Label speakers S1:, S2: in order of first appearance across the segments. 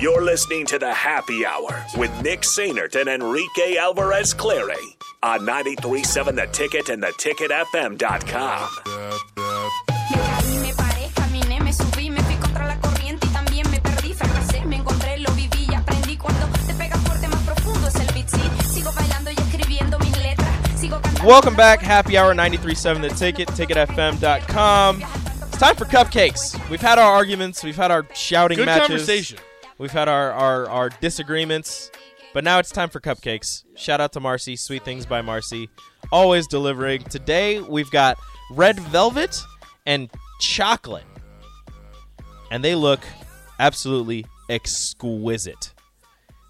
S1: You're listening to the Happy Hour with Nick Sainert and Enrique Alvarez Clary on 93.7 The Ticket and theticketfm.com.
S2: Me caí, me paré, caminé, me subí, me fui contra la corriente y también me perdí. Fracasé, me encontré, lo viví y aprendí. Cuando te pegas fuerte, más profundo es el beat. sí. Sigo bailando y escribiendo mis letras. Sigo cantando.
S3: Welcome back, Happy Hour 93.7 The Ticket, ticketfm.com. It's time for cupcakes. We've had our arguments, we've had our shouting
S4: Good
S3: matches,
S4: conversation.
S3: we've had our, our, our disagreements, but now it's time for cupcakes. Shout out to Marcy, Sweet Things by Marcy, always delivering. Today we've got red velvet and chocolate, and they look absolutely exquisite.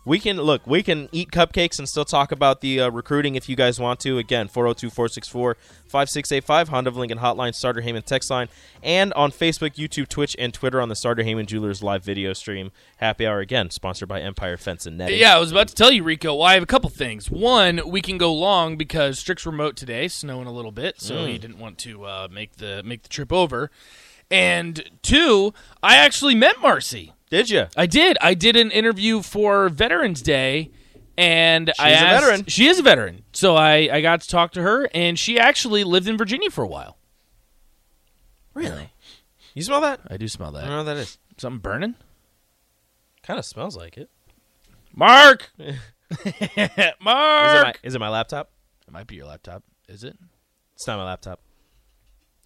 S3: We can look, we can eat cupcakes and still talk about the uh, recruiting if you guys want to. Again, 402 464 5685, Honda of Lincoln Hotline, Starter Heyman text line, and on Facebook, YouTube, Twitch, and Twitter on the Starter Heyman Jewelers live video stream. Happy Hour again, sponsored by Empire Fence and Netting.
S4: Yeah, I was about to tell you, Rico. Well, I have a couple things. One, we can go long because Strick's remote today, snowing a little bit, so he didn't want to uh, make the make the trip over. And two, I actually met Marcy.
S3: Did you?
S4: I did. I did an interview for Veterans Day, and I
S3: She's a
S4: asked-
S3: veteran.
S4: She is a veteran, so I I got to talk to her, and she actually lived in Virginia for a while.
S3: Really? You smell that?
S4: I do smell
S3: I
S4: that.
S3: don't know what that is.
S4: Something burning.
S3: Kind of smells like it.
S4: Mark.
S3: Is it,
S4: Mark.
S3: my, is it my laptop?
S4: it might be your laptop. Is it?
S3: It's not my laptop.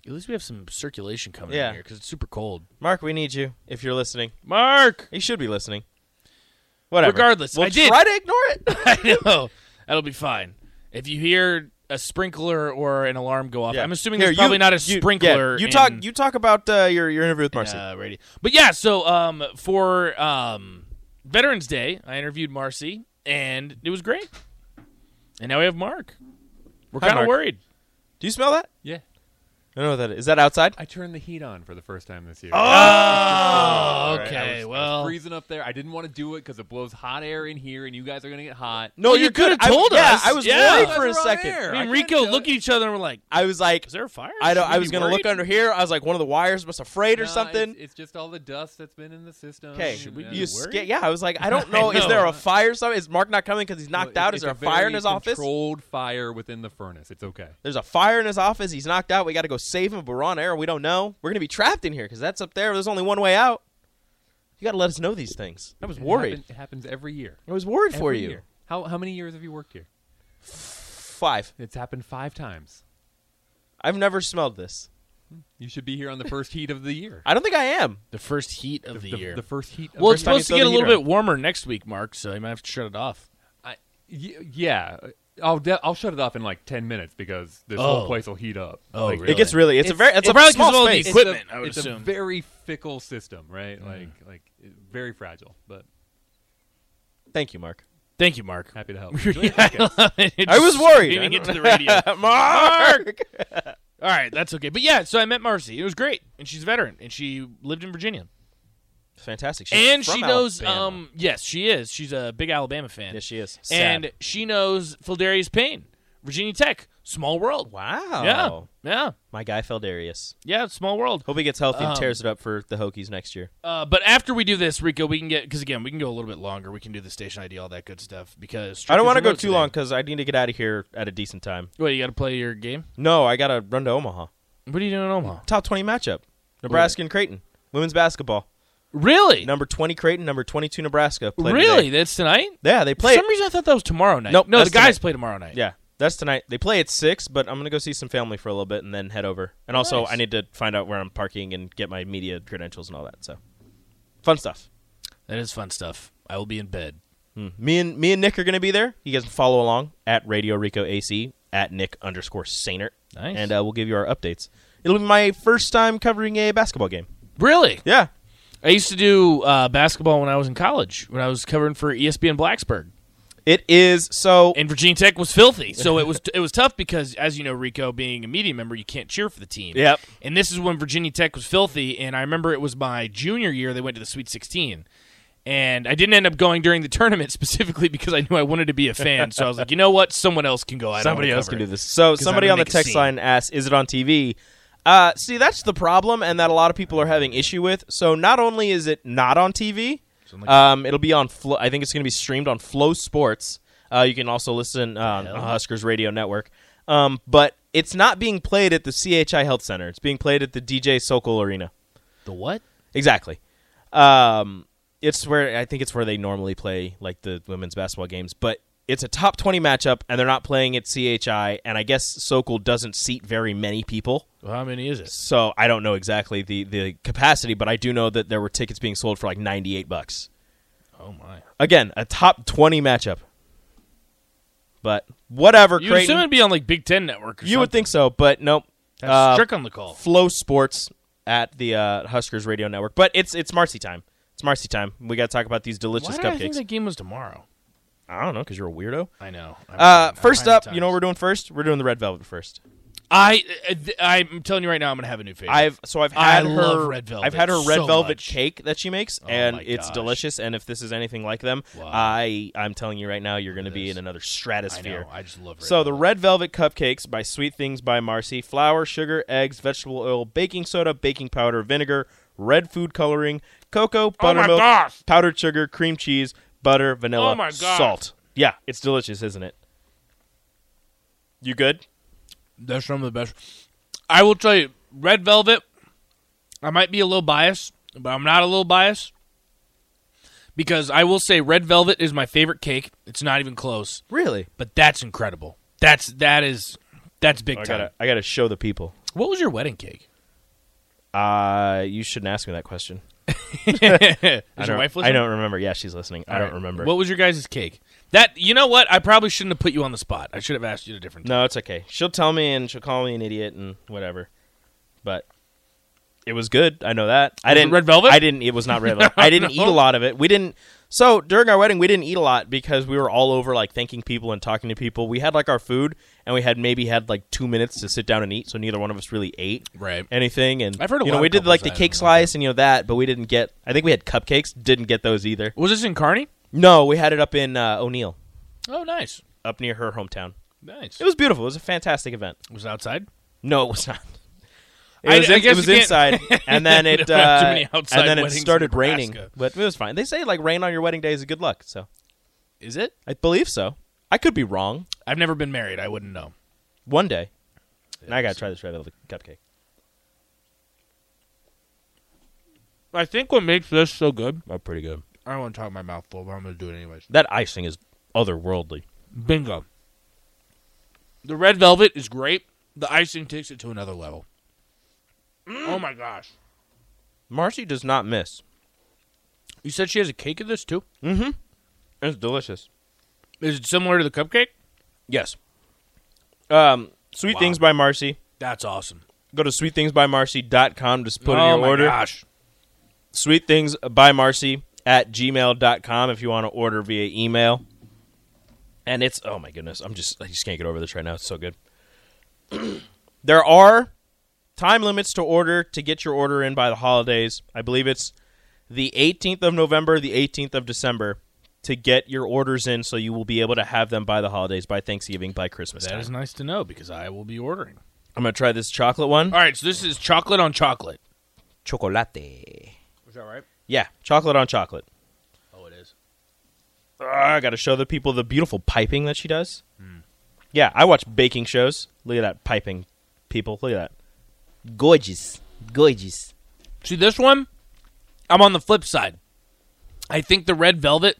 S4: At least we have some circulation coming
S3: Yeah.
S4: in here because it's super cold.
S3: Mark, we need you if you're listening.
S4: Mark,
S3: You should be listening. Whatever.
S4: Regardless,
S3: we'll
S4: I did.
S3: try to ignore it.
S4: I know that'll be fine. If you hear a sprinkler or an alarm go off,
S3: Yeah.
S4: I'm assuming
S3: Here,
S4: there's probably
S3: you-
S4: not a
S3: you- yeah,
S4: sprinkler.
S3: You, talk.
S4: in-
S3: You talk about uh, your your interview with Marcy.
S4: Uh, radio. But yeah, so um, for um, Veterans Day, I interviewed Marcy, and it was great. And now we have Mark. We're
S3: Hi,
S4: kind of
S3: Mark.
S4: worried.
S3: Do you smell that?
S5: Yeah.
S3: I don't know what that is. Is that outside?
S5: I turned the heat on for the first time this year.
S4: Oh,
S5: All right, I was- I
S4: okay.
S5: was
S4: Well,
S5: freezing up there. I didn't want to do it because it blows hot air in here, and you guys are gonna get hot.
S3: No,
S4: Well, you
S3: good.
S4: could've told
S3: I, yeah,
S4: us.
S3: I was
S4: Yeah.
S3: worried
S4: You
S3: for a
S5: guys were on
S3: second.
S5: air.
S4: me and
S5: I
S4: Rico
S5: can't
S4: look at
S5: do
S4: each other and we're like,
S3: I was like,
S4: "Is there a fire?
S3: I don't.
S4: Should we
S3: I
S4: be
S3: was gonna
S4: worried?
S3: look under here. I was like, one of the wires must have frayed or
S5: No,
S3: something.
S5: It's, it's just all the dust that's been in the
S4: oh,
S5: system.
S3: Okay,
S5: and, uh,
S3: you
S5: it
S3: sca-
S5: works.
S3: yeah. I was like, I don't
S4: I
S3: know. Is there
S4: know.
S3: a fire? or Something? Is Mark not coming because he's
S5: Well,
S3: knocked out?
S5: it's-
S3: Is there a
S5: it's
S3: fire in
S5: very
S3: his office?
S5: Controlled fire within the furnace. It's okay.
S3: There's a fire in his office. He's knocked out. We got to go save him. But we're on air. We don't know. We're gonna be trapped in here because that's up there. There's only one way out. You got to let us know these things. I was
S5: It
S3: worried.
S5: happen- it happens every year.
S3: I was worried for
S5: Every
S3: you.
S5: year. How how many years have you worked here?
S3: Five.
S5: It's happened five times.
S3: I've never smelled this.
S5: You should be here on the first heat of the year.
S3: I don't think I am.
S4: The first heat of the,
S5: the,
S4: year.
S5: the first heat. of
S4: well, it's
S5: first time you
S4: supposed to
S5: throw
S4: get a
S5: the
S4: little
S5: heater
S4: bit warmer next week, Mark, so you might have to shut it off.
S5: I, y- yeah, I'll de- I'll shut it off in like ten minutes because this
S4: Oh.
S5: whole place will heat up.
S4: Oh,
S5: Like,
S4: really?
S3: It gets really. It's, a
S5: It's-
S3: very. It's,
S4: it's
S3: a
S4: probably 'cause
S3: small
S4: of all
S3: space.
S4: these
S5: it's
S4: equipment,
S5: a-
S4: I would
S5: it's
S4: assume. Mm.
S5: a very fickle system, right? Like like it- very fragile, but
S3: Thank you, Mark.
S4: Thank you, Mark.
S5: happy to help.
S4: Yeah, I love it. It
S3: I was
S4: just
S3: worried.
S4: made me
S3: I
S4: get
S3: don't-
S4: to the radio.
S3: Mark.
S4: All right, that's okay. But yeah, so I met Marcy. It was great, and she's a veteran, and she lived in Virginia,
S3: Fantastic. She's
S4: and
S3: from
S4: she knows.
S3: Alabama.
S4: Um, yes, she is. She's a big Alabama fan.
S3: Yes, she is.
S4: And she knows Fildarius Payne, Virginia Tech, small world.
S3: wow.
S4: Yeah, yeah,
S3: My guy Feldarius.
S4: yeah. Small world.
S3: Hope he gets healthy
S4: Um,
S3: and tears it up for the Hokies next year.
S4: Uh, but after we do this, Rico, we can get because again we can go a little bit longer. We can do the station ID, all that good stuff. Because
S3: I don't want to go
S4: Stricker's
S3: too
S4: remote
S3: long
S4: today.
S3: because I need to get out of here at a decent time.
S4: Wait, you got to play your game.
S3: No, I gotta run to Omaha.
S4: What are you doing in Omaha?
S3: Top twenty matchup: Nebraska and Creighton. Women's basketball.
S4: Really?
S3: Number twenty Creighton. Number twenty-two Nebraska. Play
S4: really?
S3: today.
S4: That's tonight.
S3: Yeah, they play.
S4: For some reason, I thought that was tomorrow night.
S3: Nope,
S4: no, the
S3: that's
S4: guys
S3: tonight.
S4: play tomorrow night.
S3: Yeah, that's tonight. They play at six, but I'm gonna go see some family for a little bit and then head over. And also,
S4: Nice.
S3: I need to find out where I'm parking and get my media credentials and all that. So, fun stuff.
S4: that is fun stuff. I will be in bed.
S3: Me and me and Nick are gonna be there. You guys can follow along at Radio Rico AC at Nick underscore Sainert,
S4: Nice.
S3: and uh, we'll give you our updates. It'll be my first time covering a basketball game.
S4: Really?
S3: Yeah,
S4: I used to do uh, basketball when I was in college. When I was covering for E ESPN Blacksburg,
S3: it is. So
S4: and Virginia Tech was filthy, so it was it was tough because, as you know, Rico being a media member, you can't cheer for the team.
S3: Yep.
S4: And this is when Virginia Tech was filthy, and I remember it was my junior year they went to the Sweet 16. And I didn't end up going during the tournament specifically because I knew I wanted to be a fan. So I was like, you know what? Someone else can go. I don't
S3: somebody
S4: wanna
S3: else
S4: cover
S3: can
S4: it.
S3: do this. So
S4: 'Cause
S3: somebody
S4: I'm
S3: on
S4: gonna
S3: the
S4: make a
S3: text
S4: scene.
S3: line asks, "Is it on TV?" Uh, see, that's the problem, and that a lot of people are having issue with. So not only is it not on TV, Um, it'll be on. Flo- I think it's going to be streamed on Flow Sports. Uh, you can also listen uh, on Huskers Radio Network. Um, but it's not being played at the CHI Health Center. It's being played at the DJ Sokol Arena.
S4: The what?
S3: Exactly. Um, it's where I think it's where they normally play like the women's basketball games, but it's a top 20 matchup and they're not playing at CHI and I guess Sokol doesn't seat very many people.
S4: Well, how many is it?
S3: So I don't know exactly the the capacity, but I do know that there were tickets being sold for like 98 bucks.
S4: Oh my!
S3: Again, a top 20 matchup. But whatever,
S4: You
S3: Creighton.
S4: assume it'd be on like Big Ten Network. Or
S3: you would think so, but nope.
S4: That's
S3: Uh,
S4: Strick on the call.
S3: Flow Sports at the uh, Huskers Radio Network. But it's it's Marcy time. It's Marcy time. We got to talk about these delicious
S4: Why did
S3: cupcakes.
S4: I think that game was tomorrow?
S3: I don't know because you're a weirdo.
S4: I know. I'm-
S3: Uh,
S4: I'm
S3: first
S4: behind
S3: up,
S4: the
S3: you know what
S4: times.
S3: we're doing first. We're doing the red velvet first.
S4: I uh, th- I'm telling you right now, I'm gonna have a new favorite.
S3: I've so I've
S4: I
S3: had her
S4: love red velvet
S3: I've had her red
S4: so
S3: velvet
S4: much.
S3: cake that she makes,
S4: Oh
S3: and
S4: my
S3: it's
S4: gosh.
S3: delicious. And if this is anything like them,
S4: Wow.
S3: I I'm telling you right now, you're going to be
S4: this.
S3: in another
S4: I
S3: stratosphere.
S4: know. I just love. Red
S3: So the
S4: Velvet.
S3: red velvet cupcakes by Sweet Things by Marcy: flour, sugar, eggs, vegetable oil, baking soda, baking powder, vinegar, red food coloring, cocoa, buttermilk,
S4: Oh gosh.
S3: powdered sugar, cream cheese, butter, vanilla,
S4: Oh my gosh.
S3: salt. Yeah, it's delicious, isn't it? You good?
S4: That's some of the best. I will tell you, Red Velvet. I might be a little biased, but I'm not a little biased because I will say Red Velvet is my favorite cake. It's not even close,
S3: Really?
S4: but that's incredible. That's that is that's big
S3: Oh, I
S4: time.
S3: gotta I gotta show the people.
S4: What was your wedding cake?
S3: Uh, you shouldn't ask me that question.
S4: is
S3: I
S4: your
S3: don't-
S4: wife
S3: I
S4: listening?
S3: don't remember. Yeah, she's listening. I
S4: All
S3: don't
S4: right.
S3: remember.
S4: What was your guys' cake? That you know what? I probably shouldn't have put you on the spot. I should have asked you a different. time.
S3: no, it's okay. She'll tell me and she'll call me an idiot and whatever. But it was good. I know that. I
S4: Was it
S3: didn't
S4: red velvet?
S3: I didn't. It was not red velvet. I didn't eat a lot of it. We didn't. So during our wedding, we didn't eat a lot because we were all over like thanking people and talking to people. We had like our food and we had maybe had like two minutes to sit down and eat. So neither one of us really ate.
S4: Right.
S3: Anything and
S4: I've heard a
S3: you
S4: lot
S3: know
S4: of
S3: we did like
S4: couples
S3: the
S4: that
S3: cake
S4: don't
S3: slice and you know that, but we didn't get. I think we had cupcakes. Didn't get those either.
S4: Was this in Kearney?
S3: No, we had it up in uh, O'Neill,
S4: Oh, nice,
S3: up near her hometown.
S4: nice.
S3: It was beautiful. It was a fantastic event.
S4: was it outside.
S3: No, it was not. It
S4: I-
S3: was,
S4: I
S3: in-
S4: guess
S3: it was
S4: you can't-
S3: inside, and then
S4: You
S3: it
S4: don't have too
S3: uh,
S4: many
S3: and
S4: outside
S3: then it
S4: weddings in
S3: started raining,
S4: Nebraska.
S3: but it was fine. They say like rain on your wedding day is a good luck, so
S4: Is it?
S3: I believe so. I could be wrong.
S4: I've never been married. I wouldn't know.
S3: One day, and I gotta try this red velvet cupcake.
S4: I think what makes this so good.
S3: Oh, pretty good.
S4: I don't want to talk my mouth full, but I'm going to do it anyways.
S3: That icing is otherworldly.
S4: Bingo. The red velvet is great. The icing takes it to another level. Oh my gosh!
S3: Marcy does not miss.
S4: You said she has a cake of this too.
S3: It's delicious.
S4: Is it similar to the cupcake?
S3: Yes. Um, sweet
S4: Wow.
S3: things by Marcy.
S4: That's awesome.
S3: Go to sweetthingsbymarcy.com. Just put
S4: oh
S3: in your
S4: my
S3: order.
S4: gosh!
S3: sweet things by marcy at gmail.com if you want to order via email and it's oh my goodness i'm just i just can't get over this right now it's so good there are time limits to order to get your order in by the holidays i believe it's the 18th of november the 18th of december to get your orders in so you will be able to have them by the holidays by thanksgiving by christmas
S4: That
S3: time.
S4: is nice to know because I will be ordering.
S3: i'm gonna try this chocolate one
S4: All right, so this is chocolate on chocolate.
S3: chocolate
S4: Is that right?
S3: yeah chocolate on chocolate
S4: Oh, it is.
S3: Uh, I got to show the people the beautiful piping that she does.
S4: Hmm.
S3: Yeah, I watch baking shows. Look at that piping, people. Look at that. Gorgeous. Gorgeous.
S4: See this one? I'm on the flip side. I think the red velvet,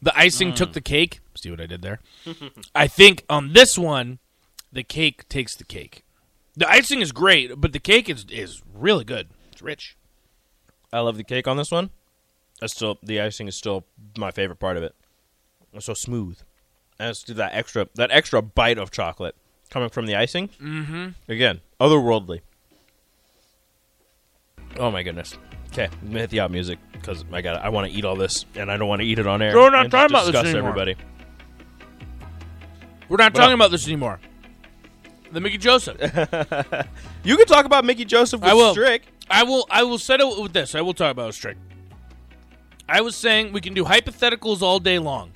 S4: the icing took the cake. See what I did there? I think on this one, the cake takes the cake. The icing is great, but the cake is is really good. It's rich.
S3: I love the cake on this one. That's still the icing is still my favorite part of it. It's so smooth. And it's that extra that extra bite of chocolate coming from the icing. Mm-hmm. Again, otherworldly. Oh my goodness. Okay, I'm gonna hit the out music because I got I want to eat all this and I don't want to eat it on air.
S4: We're not
S3: and
S4: talking about this
S3: disgust
S4: anymore.
S3: everybody.
S4: We're not
S3: What
S4: talking
S3: up?
S4: about this anymore. The Mickey Joseph.
S3: You can talk about Mickey Joseph with
S4: I will.
S3: Strick.
S4: I will I will settle it with this. I will talk about a trick. I was saying we can do hypotheticals all day long.